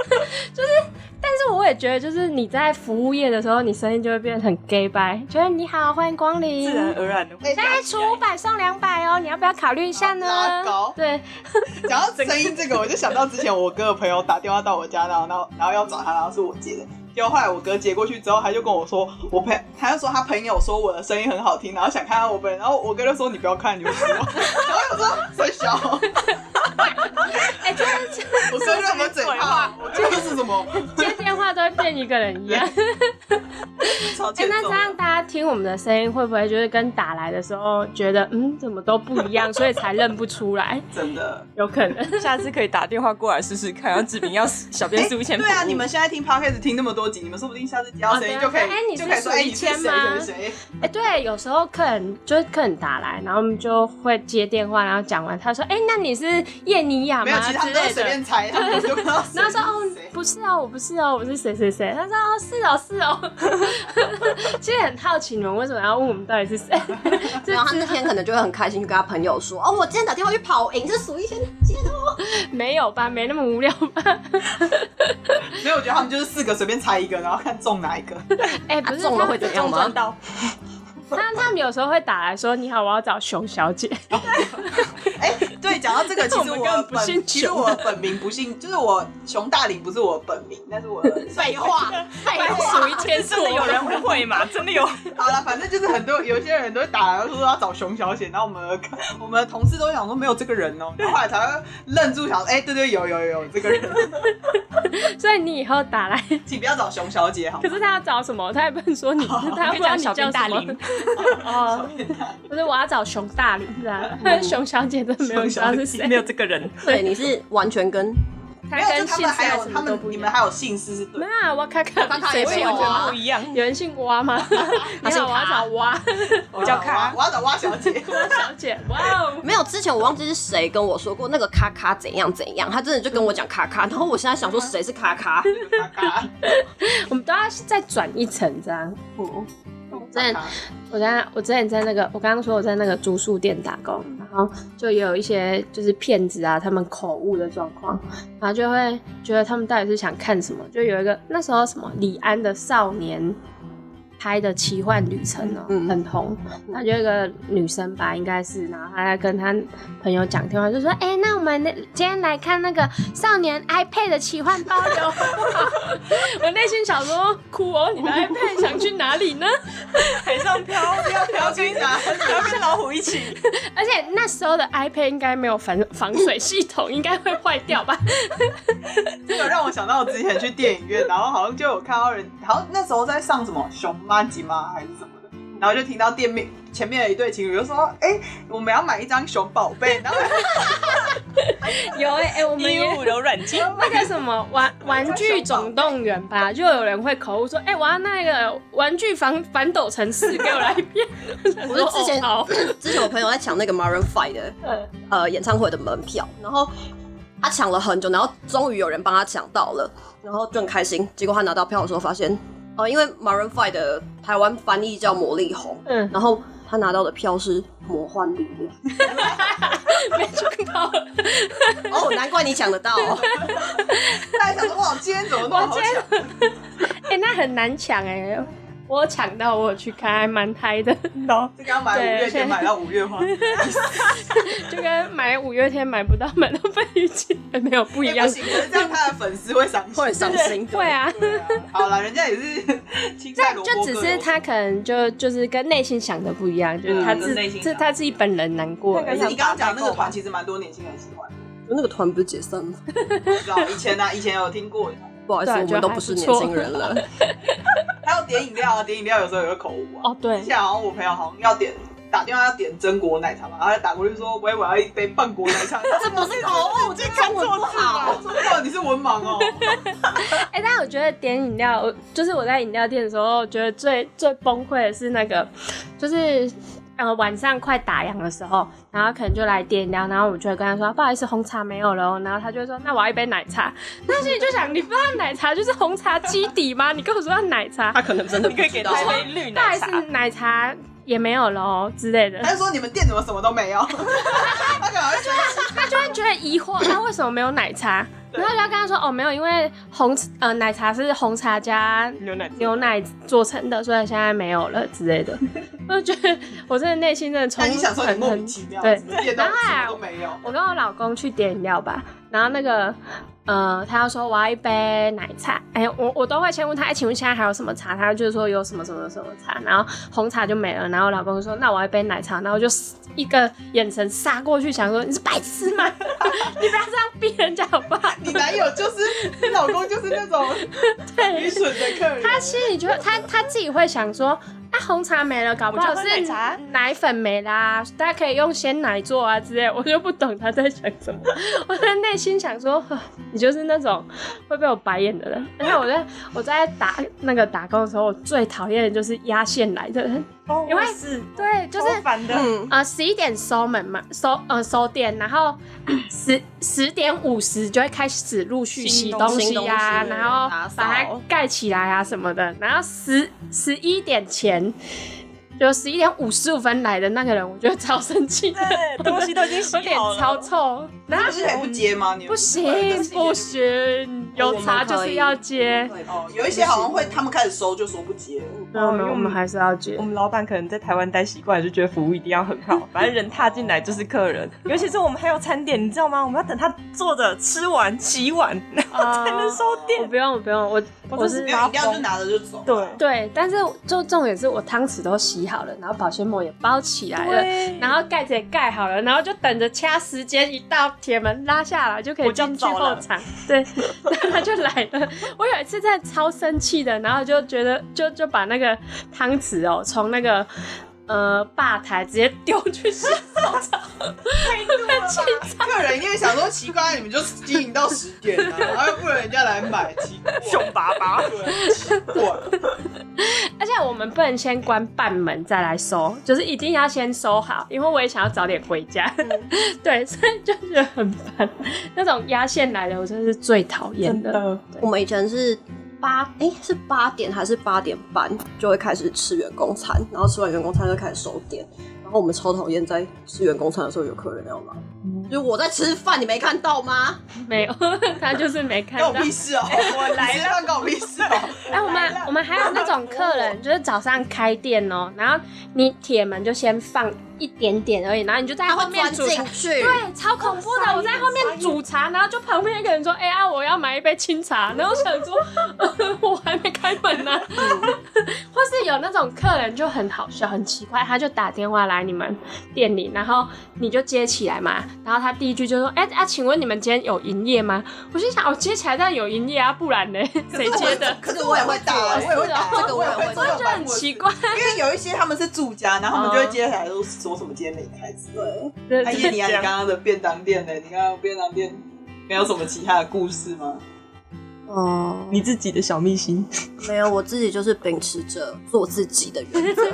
[SPEAKER 2] 但是我也觉得，就是你在服务业的时候，你声音就会变得很 gay 白，觉得你好，欢迎光临
[SPEAKER 3] 自。然而然的。
[SPEAKER 1] 哎
[SPEAKER 2] 现在除五百送两百哦，你要不要考虑一下呢
[SPEAKER 1] 拉高？
[SPEAKER 2] 对，
[SPEAKER 1] 讲到声音这个，我就想到之前我哥的朋友打电话到我家，然后然后然后要找他，然后是我接的。结果后来我哥接过去之后，他就跟我说，我朋 他就说他朋友说我的声音很好听，然后想看看我本人，然后我哥就说 你不要看，你就说，然后我说谁小，
[SPEAKER 2] 哎、就是
[SPEAKER 1] 我哥就什么嘴炮，我哥就是什么
[SPEAKER 2] 接电话都会变一个人一样。
[SPEAKER 1] 超
[SPEAKER 2] 哎、
[SPEAKER 1] 欠
[SPEAKER 2] 那
[SPEAKER 1] 揍
[SPEAKER 2] 这。样大家听我们的声音，会不会就是跟打来的时候觉得嗯怎么都不一 样，所以才认不出来？
[SPEAKER 1] 真的，
[SPEAKER 2] 有可能。
[SPEAKER 3] 下次可以打电话过来试试看，然后志明要小编出钱。
[SPEAKER 1] 对啊，你们现在听 podcast 听那么多集，你们说不定下次接到声音就可以，
[SPEAKER 2] 哦对啊哎你是
[SPEAKER 1] 就可以说，
[SPEAKER 2] 属于
[SPEAKER 1] 哎，你是谁
[SPEAKER 2] 签吗
[SPEAKER 1] 谁谁，
[SPEAKER 2] 哎、对，有时候客人就是客人打来，然后我们就会接电话，然后讲完，他说：“哎、那你是叶尼亚
[SPEAKER 1] 没有，
[SPEAKER 2] 吗？”
[SPEAKER 1] 其实他们
[SPEAKER 2] 之
[SPEAKER 1] 都
[SPEAKER 2] 类
[SPEAKER 1] 是随
[SPEAKER 2] 的。
[SPEAKER 1] 便猜，他们 就不知道谁
[SPEAKER 2] 然后说哦
[SPEAKER 1] 是谁，
[SPEAKER 2] 不是哦，我不是哦，我是谁谁谁。他说哦，是哦， 是哦。其实很好奇你们为什么要问我们到底是谁？ 就
[SPEAKER 4] 然后他那天可能就会很开心，去跟他朋友说：“哦，我今天打电话去跑赢，是数一先接的哦。
[SPEAKER 2] 没有吧，没那么无聊
[SPEAKER 1] 啊
[SPEAKER 2] 吧？
[SPEAKER 1] 没有，我觉得他们就是四个随便猜一个，然后看中哪一 个。
[SPEAKER 2] 哎、不是，
[SPEAKER 4] 中了会怎样吗
[SPEAKER 3] 撞到
[SPEAKER 2] 他们他们有时候会打来说：“你好，我要找熊小姐。
[SPEAKER 1] 哎、对，讲到这个，其实
[SPEAKER 2] 我们根本不
[SPEAKER 1] 本
[SPEAKER 2] 姓
[SPEAKER 1] 其实
[SPEAKER 2] 熊
[SPEAKER 1] 我本名不姓，就是我熊大林不是我本名，但是我
[SPEAKER 4] 废 话，废话，
[SPEAKER 2] 数一千
[SPEAKER 3] 真的有人误会嘛？真的有，
[SPEAKER 1] 好了，反正就是很多有些人都会打来说要找熊小姐，然后我们的 我们的同事都想说没有这个人哦、然后后来才会愣住想说，哎、对对有有有有这个 人，
[SPEAKER 2] 所以你以后打来，
[SPEAKER 1] 请不要找熊小姐好
[SPEAKER 2] 可。是他要找什么？他也不能说你，他要
[SPEAKER 3] 可以
[SPEAKER 2] 不然
[SPEAKER 3] 讲
[SPEAKER 2] 你
[SPEAKER 3] 小
[SPEAKER 2] 叫
[SPEAKER 3] 编大
[SPEAKER 2] 什么
[SPEAKER 3] 林？。
[SPEAKER 2] 哦，不是，我要找熊大林，是啊，但是熊小姐真的没有人知道是谁
[SPEAKER 3] 没，有这个人，
[SPEAKER 4] 对，你是完全跟
[SPEAKER 2] 他
[SPEAKER 1] 没有，就
[SPEAKER 2] 跟
[SPEAKER 1] 他
[SPEAKER 2] 姓
[SPEAKER 1] 们
[SPEAKER 2] 氏
[SPEAKER 1] 还
[SPEAKER 2] 啊
[SPEAKER 1] 有
[SPEAKER 2] 什
[SPEAKER 1] 他
[SPEAKER 2] 么都
[SPEAKER 1] 们，
[SPEAKER 2] 不一
[SPEAKER 1] 你们
[SPEAKER 2] 样。
[SPEAKER 1] 还有姓氏是对
[SPEAKER 2] 没
[SPEAKER 1] 的。
[SPEAKER 2] 有啊，我看看
[SPEAKER 4] 看看
[SPEAKER 2] 谁
[SPEAKER 4] 也没
[SPEAKER 2] 姓
[SPEAKER 4] 有
[SPEAKER 2] 蛙
[SPEAKER 4] 啊
[SPEAKER 3] 不一样。
[SPEAKER 2] 有人姓蛙吗？你好，我要找蛙
[SPEAKER 1] 我
[SPEAKER 3] 叫
[SPEAKER 1] 要
[SPEAKER 3] 咖
[SPEAKER 1] 我要找蛙小姐。
[SPEAKER 2] 小姐。哇哦，
[SPEAKER 4] 没有，之前我忘记是谁跟我说过那个咔咔怎样怎样，他真的就跟我讲咔咔，然后我现在想说谁是咔咔？
[SPEAKER 1] 咖咖
[SPEAKER 2] 我们都要再转一层这样。真的
[SPEAKER 1] 咖咖
[SPEAKER 2] 我在我之前在那个，我刚刚说我在那个租宿店打工，然后就也有一些就是骗子啊，他们口误的状况，然后就会觉得他们到底是想看什么。就有一个那时候什么李安的少年。拍的奇幻旅程哦、
[SPEAKER 4] 嗯
[SPEAKER 2] 很红。那就有一个女生吧，应该是，然后她在跟她朋友讲电话，就说：“哎、那我们今天来看那个少年 iPad 的奇幻包邮， 好不好？”我内心想说：“哭哦，你的 iPad 想去哪里呢？”
[SPEAKER 3] 海上漂，漂
[SPEAKER 1] 不要去哪？
[SPEAKER 3] 要跟老虎一起。
[SPEAKER 2] 而且那时候的 iPad 应该没有防防水系统，应该会坏掉吧？
[SPEAKER 1] 这个让我想到我之前去电影院，然后好像就有看到人，好像那时候在上什么《熊妈吉妈》还是什么的，然后就听到店面前面的一对情侣就说：“哎、我们要买一张熊宝贝。”然后
[SPEAKER 2] 有哎、欸我们
[SPEAKER 3] 义
[SPEAKER 2] 也
[SPEAKER 3] 务柔软剂，
[SPEAKER 2] 那个什么玩玩具总动员吧，就有人会口误说：“哎、我要那个玩具反反斗城市，给我来一遍。”
[SPEAKER 4] 我是之前
[SPEAKER 2] 哦好
[SPEAKER 4] 之前我朋友在抢那个 Maroon Five 的
[SPEAKER 2] 嗯
[SPEAKER 4] 呃演唱会的门票，然后他抢了很久，然后终于有人帮他抢到了，然后就很开心。结果他拿到票的时候发现，哦、因为 Maroon Five 的台湾翻译叫魔力红，
[SPEAKER 2] 嗯，
[SPEAKER 4] 然后他拿到的票是魔幻力量。
[SPEAKER 2] 没撞到，
[SPEAKER 4] 哦，难怪你抢得到、哦。
[SPEAKER 1] 大家想说哇，今天怎么那么好抢？
[SPEAKER 2] 哎、那很难抢哎、我有抢到，我有去看，还蛮嗨的，
[SPEAKER 1] 就刚买五月天买到五月花，
[SPEAKER 2] 就跟买五月天买不到买到费玉清欸没有不一
[SPEAKER 1] 也
[SPEAKER 2] 样
[SPEAKER 1] 哎欸不，行，可是这样他的粉丝会伤心，
[SPEAKER 4] 会很伤心
[SPEAKER 2] 对会啊，
[SPEAKER 1] 对啊。好了，人家也是青菜萝卜各
[SPEAKER 2] 就
[SPEAKER 1] 有
[SPEAKER 2] 只是他可能就就是跟内心想的不一样，就是他
[SPEAKER 1] 嗯
[SPEAKER 2] 自
[SPEAKER 1] 跟内心
[SPEAKER 2] 这
[SPEAKER 1] 想
[SPEAKER 2] 他自己本人难过
[SPEAKER 3] 那
[SPEAKER 1] 可
[SPEAKER 3] 个
[SPEAKER 1] 是你刚刚讲那个团，其实蛮多年轻人喜欢的。
[SPEAKER 4] 那个团不是解散吗？
[SPEAKER 1] 我知道以前啊，以前有听过，
[SPEAKER 4] 不好意思，
[SPEAKER 2] 对啊
[SPEAKER 4] 我
[SPEAKER 2] 觉
[SPEAKER 4] 们
[SPEAKER 2] 得
[SPEAKER 4] 都
[SPEAKER 2] 还
[SPEAKER 4] 不是
[SPEAKER 2] 不
[SPEAKER 4] 年
[SPEAKER 2] 错
[SPEAKER 4] 轻人了。
[SPEAKER 1] 还有点饮料啊，点饮料有时候也会口误啊。
[SPEAKER 2] 哦，对
[SPEAKER 1] 之，前好像我朋友好像要点打电话要点榛果奶茶嘛，然后他打过去说：“喂，我要一杯半果奶茶。”
[SPEAKER 4] 这不是口误，这中文不好
[SPEAKER 1] 我。说到你是文盲哦，
[SPEAKER 2] 哎、但我觉得点饮料，我就是我在饮料店的时候，我觉得最最崩溃的是那个，就是呃晚上快打烊的时候，然后可能就来点饮料，然后我就会跟他说不好意思，红茶没有了哦，然后他就会说那我要一杯奶茶， 那心里就想你不知道奶茶就是红茶基底吗？你跟我说要奶茶，
[SPEAKER 4] 他可能真的
[SPEAKER 3] 你
[SPEAKER 4] 不
[SPEAKER 3] 可以给
[SPEAKER 4] 知道
[SPEAKER 3] 他一杯绿
[SPEAKER 2] 大
[SPEAKER 3] 奶茶，
[SPEAKER 2] S 奶茶也没有了哦之类的，
[SPEAKER 1] 他就说你们店怎么什么都没有？ 他可能会觉得
[SPEAKER 2] 他就会觉得疑惑，那为什么没有奶茶？
[SPEAKER 1] 对
[SPEAKER 2] 然后就要跟他说哦，没有，因为红呃奶茶是红茶加
[SPEAKER 3] 牛奶
[SPEAKER 2] 牛奶做成的，所以现在没有了之类的。 我就觉得我真的内心真的从
[SPEAKER 1] 那你想说你
[SPEAKER 2] 很
[SPEAKER 1] 莫名
[SPEAKER 2] 很
[SPEAKER 1] 其妙，
[SPEAKER 2] 对
[SPEAKER 1] 什么店都什么都没有，
[SPEAKER 2] 我跟我老公去点饮料吧，然后那个呃，他要说我要一杯奶茶，哎、我我都会先问他，哎、请问现在还有什么茶？他就是说有什么什么什么茶，然后红茶就没了，然后我老公就说那我要一杯奶茶，然后我就一个眼神杀过去，想说你是白痴吗？ 你不要这样逼人家好不好？
[SPEAKER 1] 你男友就是你老公就是那种愚蠢的客人。
[SPEAKER 2] 他心里就他他自己会想说，那、红茶没了，搞不好
[SPEAKER 3] 我就喝奶
[SPEAKER 2] 是
[SPEAKER 3] 茶
[SPEAKER 2] 奶粉没啦，大家可以用鲜奶做啊之类的。我就不懂他在想 什么，我在内心想说，呵你就是那种会被我白眼的人。而且我在我在打那个打工的时候，我最讨厌的就是压线来的人，
[SPEAKER 3] 哦
[SPEAKER 2] 因为
[SPEAKER 3] 我是
[SPEAKER 2] 对，就是
[SPEAKER 3] 超烦的，
[SPEAKER 4] 嗯，
[SPEAKER 2] 呃，十一点收门嘛，收呃收店，然后十十点五十就会开始陆续洗
[SPEAKER 3] 新
[SPEAKER 2] 东
[SPEAKER 3] 东
[SPEAKER 2] 西呀、
[SPEAKER 4] 新东西
[SPEAKER 2] 然后
[SPEAKER 4] 打扫
[SPEAKER 2] 把它盖起来啊什么的，然后十十一点前。就十一点五十五分来的那个人，我觉得超生气的，
[SPEAKER 3] 对，东西都已经洗
[SPEAKER 2] 我脸
[SPEAKER 3] 好了，
[SPEAKER 2] 超臭。然后
[SPEAKER 1] 不是可以不接吗？你们
[SPEAKER 2] 不行不行，有茶就是要接。
[SPEAKER 1] 哦，有一些好像会，他们开始收就说不接，
[SPEAKER 2] 那我们我们还是要接
[SPEAKER 3] 我。们老板可能在台湾待习惯了，就觉得服务一定要很好，反正人踏进来就是客人。尤其是我们还有餐点，你知道吗？我们要等他坐着吃完、洗碗，然后才能收
[SPEAKER 2] 我
[SPEAKER 3] 店。
[SPEAKER 2] 呃不用我不用，我
[SPEAKER 3] 我
[SPEAKER 2] 我
[SPEAKER 3] 真
[SPEAKER 2] 是
[SPEAKER 1] 没有饮料就拿着就走。
[SPEAKER 3] 对
[SPEAKER 2] 对，但是就重点是我汤匙都洗好了，然后保鲜膜也包起来了，
[SPEAKER 3] 对，
[SPEAKER 2] 然后盖子也盖好了，然后就等着掐时间一到，铁门拉下来就可以
[SPEAKER 3] 我就
[SPEAKER 2] 进去
[SPEAKER 3] 走
[SPEAKER 2] 后
[SPEAKER 3] 了
[SPEAKER 2] 场。对， 然后他就来了。我有一次真的超生气的，然后就觉得就就把那个汤匙哦从那个。呃，吧台直接丢去洗手槽，
[SPEAKER 1] 客人一定会想说奇怪，你们就经营到十点啊，然后又不能人家来买，奇怪，
[SPEAKER 3] 凶巴巴。
[SPEAKER 1] 对，啊奇怪，
[SPEAKER 2] 而且我们不能先关半门再来收，就是一定要先收好，因为我也想要早点回家。
[SPEAKER 4] 嗯
[SPEAKER 2] 对，所以就觉得很烦。那种压线来的，我真的是最讨厌的。
[SPEAKER 3] 的，
[SPEAKER 4] 我们以前是八，哎、是八点还是八点半就会开始吃员工餐，然后吃完员工餐就开始收店。然后我们超讨厌在吃员工餐的时候有客人要来，
[SPEAKER 2] 嗯
[SPEAKER 4] 就是我在吃饭，你没看到吗？
[SPEAKER 2] 没有， 他就是没看
[SPEAKER 1] 关
[SPEAKER 2] 到
[SPEAKER 1] 我。屁事哦，我来了，关我屁事哦。
[SPEAKER 2] 哎，我们我们还有那种客人，就是早上开店哦、然后你铁门就先放一点点而已，然后你就在
[SPEAKER 4] 他
[SPEAKER 2] 后
[SPEAKER 4] 会
[SPEAKER 2] 面
[SPEAKER 4] 钻
[SPEAKER 2] 煮
[SPEAKER 4] 进
[SPEAKER 2] 茶。
[SPEAKER 4] 去，
[SPEAKER 2] 对，超恐怖的！我在后面煮茶，然后就旁边一个人说：“哎、呀、我要买一杯清茶。” 然后我想说，我还没开门呢、 或是有那种客人就很好笑、很奇怪，他就打电话来你们店里，然后你就接起来嘛。然后他第一句就说：“哎、啊，请问你们今天有营业吗？”我心想：“我、哦接起来当然有营业啊，不然呢？ 谁接的
[SPEAKER 1] 可是我也会打，欸我也会打，
[SPEAKER 4] 这个我也会？”
[SPEAKER 2] 所
[SPEAKER 4] 做
[SPEAKER 2] 以就很奇怪，
[SPEAKER 1] 因为有一些他们是住家，然后他们就会接下来都说什么今天没开之类的。
[SPEAKER 2] 对
[SPEAKER 1] 哎呀，
[SPEAKER 2] 对
[SPEAKER 1] 你啊，你刚刚的便当店呢？你刚刚便当店没有什么其他的故事吗？
[SPEAKER 4] 嗯、哦、
[SPEAKER 3] 你自己的小秘辛。
[SPEAKER 4] 没有，我自己就是秉持着做自己的原 则。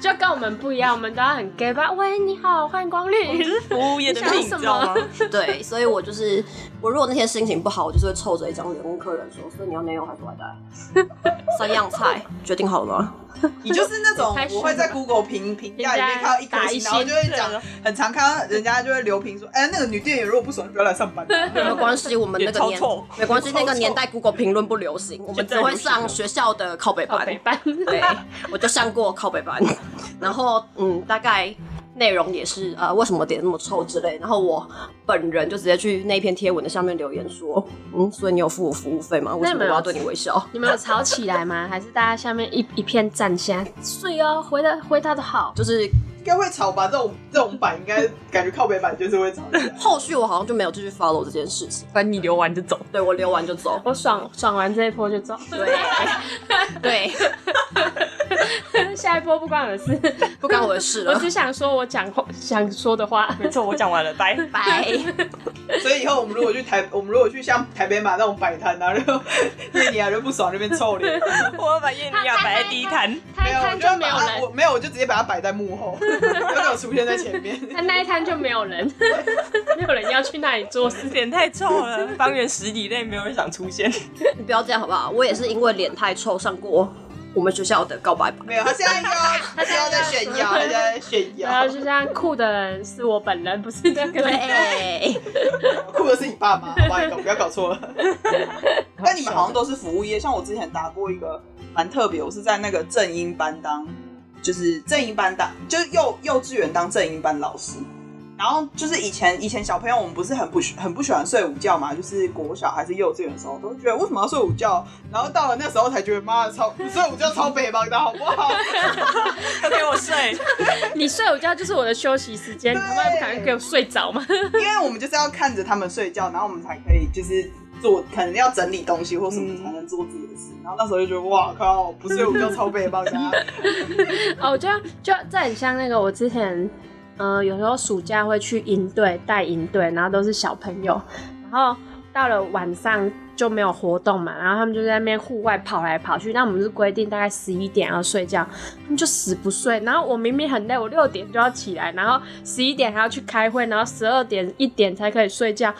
[SPEAKER 2] 就跟我们不一样，我们都要很 gay 吧？喂，你好，欢迎光临。
[SPEAKER 3] 服务业的命，
[SPEAKER 2] 你
[SPEAKER 3] 你
[SPEAKER 2] 想什么
[SPEAKER 3] 知道吗？
[SPEAKER 4] 对，所以我就是我，如果那天心情不好，我就是会臭着一张脸问客人说：“所以你要内用还是外带？”三样菜决定好了吗？
[SPEAKER 1] 你就是那种
[SPEAKER 2] 开始
[SPEAKER 1] 我会在 Google 评评价里面看到一颗星，然后
[SPEAKER 2] 打一星
[SPEAKER 1] 就会讲，很常看到人家就会留评说，哎，那个女店员如果不爽，就不要来上 班。
[SPEAKER 4] 没有关系，我们那个
[SPEAKER 3] 也
[SPEAKER 4] 年
[SPEAKER 3] 超臭
[SPEAKER 4] 没关系，
[SPEAKER 3] 也超
[SPEAKER 4] 那
[SPEAKER 3] 臭
[SPEAKER 4] 个年代 Google 评论不流行，我们只会上学校的靠北
[SPEAKER 2] 靠
[SPEAKER 4] 班。
[SPEAKER 2] 北班，
[SPEAKER 4] 对，我就上过靠北班，然后嗯，大概内容也是呃，为什么点那么臭之类。然后我本人就直接去那篇贴文的下面留言说，嗯，所以你有付我服务费吗？为什么我要对你微笑？
[SPEAKER 2] 你们有吵起来吗？还是大家下面一一片赞下？睡哦，回的回答的好。
[SPEAKER 4] 就是
[SPEAKER 1] 应该会吵吧？这种这种版应该感觉靠北版就是会吵 架。
[SPEAKER 4] 后续我好像就没有继续 follow 这件事情，
[SPEAKER 3] 反正你留完就走。
[SPEAKER 4] 对我留完就 走。
[SPEAKER 2] 我爽爽完这一波就走，
[SPEAKER 4] 对对，
[SPEAKER 2] 下一波不关我的事。
[SPEAKER 4] 不干我的事
[SPEAKER 2] 我
[SPEAKER 4] 了，
[SPEAKER 2] 只想说我讲话想说的话。
[SPEAKER 3] 没错，我讲完了， 拜。
[SPEAKER 4] 拜。
[SPEAKER 1] 所以以后我们如果去台，我们如果去像台北马那种摆摊啊，然后那你啊就不爽那边臭 脸，
[SPEAKER 3] 我要把叶尼亚摆在第一摊，
[SPEAKER 2] 他
[SPEAKER 1] 没
[SPEAKER 2] 一
[SPEAKER 1] 有，我
[SPEAKER 2] 摊
[SPEAKER 1] 就
[SPEAKER 2] 就
[SPEAKER 1] 会
[SPEAKER 2] 没
[SPEAKER 1] 把
[SPEAKER 2] 有
[SPEAKER 1] 它，我
[SPEAKER 2] 人，
[SPEAKER 1] 没有，我就直接把它摆在幕 后，不要给我出现在前面。
[SPEAKER 2] 他那一摊就没有人，没有人要去那里做事。
[SPEAKER 3] 脸太臭了，方圆十里内没有人想出现。
[SPEAKER 4] 你不要这样好不好？我也是因为脸太臭上过我们学校的告白榜。
[SPEAKER 1] 没有，他现在又要，他现在在炫耀，他现在在炫
[SPEAKER 2] 然后
[SPEAKER 1] 耀，
[SPEAKER 2] 啊就像酷的人是我本人，不是那个人。
[SPEAKER 4] 对，
[SPEAKER 1] 酷的是你爸妈，好吧，你搞不要搞错了。但你们好像都是服务业，像我之前打过一个蛮特别，我是在那个正音班当，就是正音班当，就是幼幼稚园当正音班老师。然后就是以前以前小朋友我们不是很不喜很不喜欢睡午觉嘛，就是国小还是幼稚园的时候，都觉得为什么要睡午觉？然后到了那时候才觉得妈的超睡午觉超北方的好不好？
[SPEAKER 3] 他陪我 睡，
[SPEAKER 2] 你睡午觉就是我的休息时间，你
[SPEAKER 1] 对
[SPEAKER 2] 他妈不敢给我睡着吗？
[SPEAKER 1] 因为我们就是要看着他们睡觉，然后我们才可以就是做，可能要整理东西或什么才能做自己的事。然后那时候就觉得哇靠，不睡午觉超背包啊家，
[SPEAKER 2] 哦，就就这很像那个我之前，呃，有时候暑假会去营队带营队，然后都是小朋友，然后到了晚上就没有活动嘛，然后他们就在那边户外跑来跑去。那我们是规定大概十一点要睡觉，他们就死不睡。然后我明明很累，我六点就要起来，然后十一点还要去开会，然后十二点一点才可以睡觉。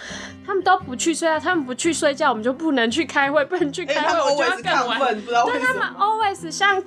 [SPEAKER 2] 他们都不去睡觉，他们不去睡觉，我们就不能去开会，不能去
[SPEAKER 1] 因为
[SPEAKER 2] 开
[SPEAKER 1] 哎他们
[SPEAKER 2] 会，我就要
[SPEAKER 1] always
[SPEAKER 2] 更晚
[SPEAKER 1] 亢。奋，不知道为什
[SPEAKER 2] 他们
[SPEAKER 1] 么。
[SPEAKER 2] always 像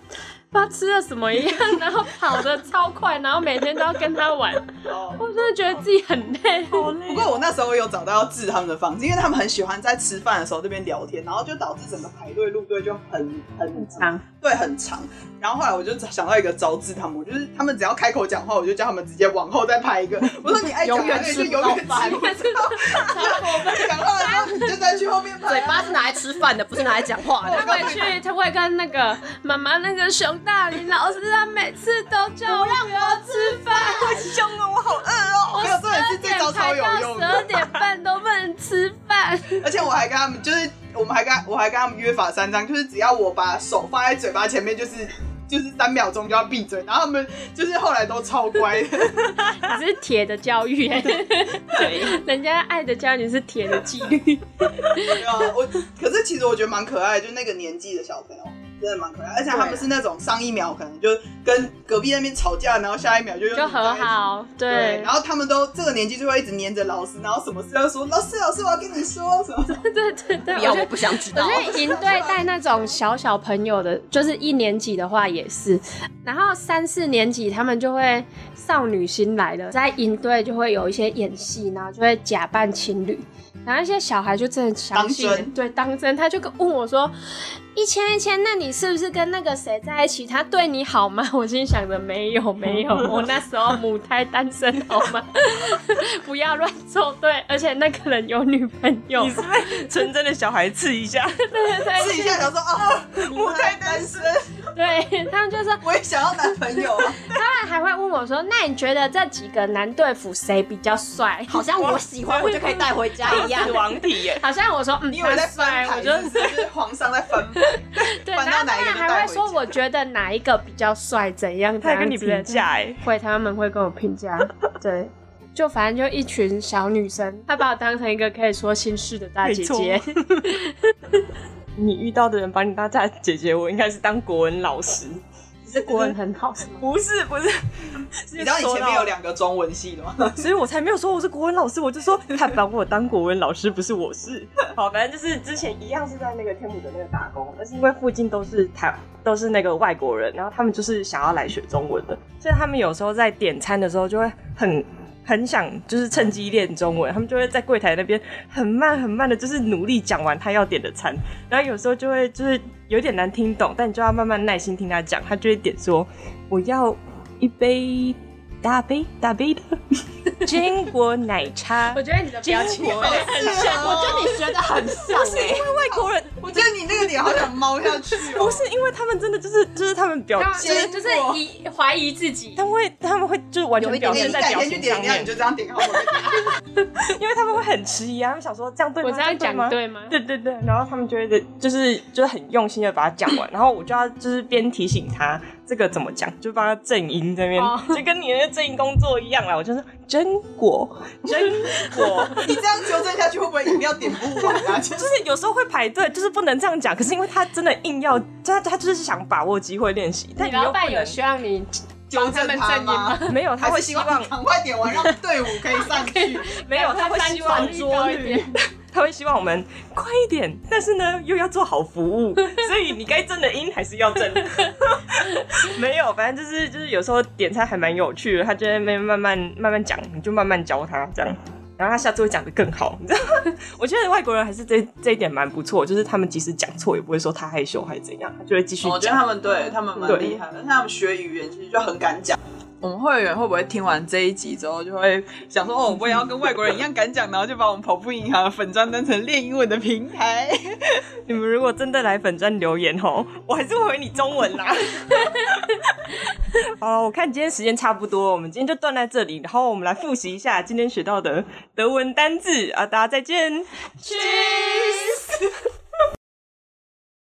[SPEAKER 2] 不知道吃了什么一样，然后跑得超快，然后每天都要跟他玩，
[SPEAKER 1] 哦
[SPEAKER 2] 我真的觉得自己很累。
[SPEAKER 1] 不过我那时候有找到要治他们的方式，因为他们很喜欢在吃饭的时候这边聊天，然后就导致整个排队入队就很很
[SPEAKER 2] 长，
[SPEAKER 1] 对，很长。然后后来我就想到一个招致他们，我就是他们只要开口讲话，我就叫他们直接往后再排一个。我说你爱讲
[SPEAKER 4] 永
[SPEAKER 1] 哪
[SPEAKER 4] 远
[SPEAKER 1] 个你就
[SPEAKER 4] 吃不
[SPEAKER 1] 永
[SPEAKER 4] 到
[SPEAKER 1] 远吃
[SPEAKER 4] 饭
[SPEAKER 1] 不到，我们讲话的时候你就再去后面排
[SPEAKER 4] 嘴
[SPEAKER 1] 啊。
[SPEAKER 4] 巴是拿来吃饭的，不是拿来讲话的
[SPEAKER 2] 他。会去，他会跟那个妈妈那个熊大林老师，他每次都叫我不要吃 饭，
[SPEAKER 3] 凶啊，我好饿。
[SPEAKER 2] 哦
[SPEAKER 1] 没有，重点是这招超有
[SPEAKER 2] 排到
[SPEAKER 1] 用
[SPEAKER 2] 十二
[SPEAKER 1] 的，
[SPEAKER 2] 点半都不能吃饭。
[SPEAKER 1] 而且我还跟他们就是，我们还跟我还跟他们约法三章，就是只要我把手放在嘴巴前面，就是就是三秒钟就要闭嘴，然后他们就是后来都超乖 的，
[SPEAKER 2] 你是铁的教育、 对，人家爱的教育你是铁的纪律。
[SPEAKER 1] 对啊，我可是其实我觉得蛮可爱的，就那个年纪的小朋友。真的蛮可爱，而且他们是那种上一秒可能就跟隔壁那边吵架，然后下一秒就又
[SPEAKER 2] 就和好，对，
[SPEAKER 1] 然后他们都这个年纪就会一直黏着老师，然后什么事都说老师老师我要跟你说什么，
[SPEAKER 2] 对对 对，
[SPEAKER 4] 不
[SPEAKER 2] 我
[SPEAKER 4] 要，
[SPEAKER 2] 觉
[SPEAKER 4] 我
[SPEAKER 2] 得
[SPEAKER 4] 不想知
[SPEAKER 2] 我
[SPEAKER 4] 道。
[SPEAKER 2] 觉得营队带那种小小朋友的，就是一年级的话也是，然后三四年级他们就会少女心来了，在营队就会有一些演戏，然后就会假扮情侣，然后一些小孩就真的相信
[SPEAKER 1] 当真，
[SPEAKER 2] 对，当真，他就跟问我说。一千一千，那你是不是跟那个谁在一起？他对你好吗？ 我心想着没有没有，我那时候母胎单身，好吗？ 不要乱凑对，而且那个人有女朋友。
[SPEAKER 3] 你是被纯真的小孩刺一下，
[SPEAKER 2] 对对
[SPEAKER 1] 试一下想说啊，母胎单身，
[SPEAKER 2] 对他们就说，
[SPEAKER 1] 我也想要男朋友啊。
[SPEAKER 2] 他们还会问我说：“那你觉得这几个男队服谁比较帅
[SPEAKER 4] 好像我喜欢我就可以带回家一 样
[SPEAKER 3] 死。亡体 耶？”。
[SPEAKER 2] 好像我说：“嗯，
[SPEAKER 1] 你以为
[SPEAKER 2] 他
[SPEAKER 1] 在
[SPEAKER 2] 帅
[SPEAKER 1] 翻。”
[SPEAKER 2] 我
[SPEAKER 1] 牌
[SPEAKER 2] 就是
[SPEAKER 1] 不是？就是皇上在翻牌，
[SPEAKER 2] 对，然
[SPEAKER 1] 翻到
[SPEAKER 2] 后
[SPEAKER 1] 哪
[SPEAKER 2] 他
[SPEAKER 1] 一个
[SPEAKER 2] 们
[SPEAKER 1] 就带回家
[SPEAKER 2] 还会说：“我觉得哪一个比较帅，怎样？”
[SPEAKER 3] 他还跟你评价。哎，
[SPEAKER 2] 会，他们会跟我评价。对，就反正就一群小女生，她把我当成一个可以说心事的大姐姐
[SPEAKER 3] 没。你遇到的人把你当大姐姐，我应该是当国文老师。
[SPEAKER 2] 这国文很好是吗？
[SPEAKER 3] 不是不是，
[SPEAKER 1] 你知道你前面有，两个中文系的吗？
[SPEAKER 3] 所以我才没有说我是国文老师，我就说他把我当国文老师，不是我是。好，反正就是之前一样是在那个天母的那个打工，但是因为附近都是台都是那个外国人，然后他们就是想要来学中文的，所以他们有时候在点餐的时候就会很。很想就是趁机练中文，他们就会在柜台那边很慢很慢的，就是努力讲完他要点的餐，然后有时候就会就是有点难听懂，但你就要慢慢耐心听他讲，他就会点说我要一杯大杯大杯的 坚果奶茶。
[SPEAKER 2] 我觉得你的表 情有点
[SPEAKER 1] 很像，
[SPEAKER 4] 我觉得你学的很像
[SPEAKER 3] 不是因为外国人，
[SPEAKER 1] 我觉得你那个脸好想猫下去哦
[SPEAKER 3] 不。是因为他们真的就是就是他们表
[SPEAKER 2] 他们
[SPEAKER 3] 就
[SPEAKER 2] 就是
[SPEAKER 3] 是
[SPEAKER 2] 就是疑怀疑自己
[SPEAKER 3] 他，们会他们会就是完全
[SPEAKER 4] 有一点
[SPEAKER 3] 表
[SPEAKER 1] 你
[SPEAKER 3] 现在
[SPEAKER 1] 改
[SPEAKER 3] 表
[SPEAKER 1] 天去
[SPEAKER 3] 情
[SPEAKER 1] 点
[SPEAKER 3] 上
[SPEAKER 1] 饮料，
[SPEAKER 3] 面
[SPEAKER 1] 你，就这样点好 了。
[SPEAKER 3] 因为他们会很迟疑啊，他们想说这样对吗？
[SPEAKER 2] 我这样
[SPEAKER 3] 吗
[SPEAKER 2] 讲？对吗？
[SPEAKER 3] 对对对，然后他们就会就是就是很用心的把它讲完，然后我就要就是边提醒他这个怎么讲，就帮他正音这边，
[SPEAKER 2] 哦
[SPEAKER 3] 就跟你的正音工作一样啦。我就说真果真果，
[SPEAKER 1] 你这样纠正下去，会不会饮料点不完啊？就
[SPEAKER 3] 就是是有时候会排队，就是不能这样讲。可是因为他真的硬要，他他就是想把握机会练习，但
[SPEAKER 2] 你
[SPEAKER 3] 又
[SPEAKER 2] 老
[SPEAKER 3] 不
[SPEAKER 2] 板有
[SPEAKER 3] 能
[SPEAKER 2] 需要你
[SPEAKER 1] 纠正
[SPEAKER 2] 帮他们正音
[SPEAKER 1] 吗
[SPEAKER 2] 吗？
[SPEAKER 3] 没有，他
[SPEAKER 1] 还
[SPEAKER 3] 会
[SPEAKER 1] 是
[SPEAKER 3] 希
[SPEAKER 1] 希
[SPEAKER 3] 望
[SPEAKER 1] 望你赶快点完，让队伍可以上去。
[SPEAKER 3] 没有，他会希望
[SPEAKER 2] 高一点，
[SPEAKER 3] 他会希望我们快一点，但是呢又要做好服务，所以你该正的音还是要正。 没有，反正就是就是有时候点餐还蛮有趣的，他就在那边慢慢慢慢讲，你就慢慢教他这样。然后他下次会讲的更好，你知道吗？我觉得外国人还是这这一点蛮不错，就是他们即使讲错也不会说他害羞还是怎样，他就会继续
[SPEAKER 1] 哦我觉得
[SPEAKER 3] 讲。
[SPEAKER 1] 他们对他们蛮厉害的，但他们学语言其实就很敢讲。我们会员会不会听完这一集之后，就会想说，哦，我也要跟外国人一样敢讲，然后就把我们跑步银行的粉砖当成练英文的平台？
[SPEAKER 3] 你们如果真的来粉专留言吼， 我还是会回你中文啦。 好了，我看今天时间差不多，我们今天就断在这里，然后我们来复习一下今天学到的德文单字啊，大家再见。
[SPEAKER 2] Cheers！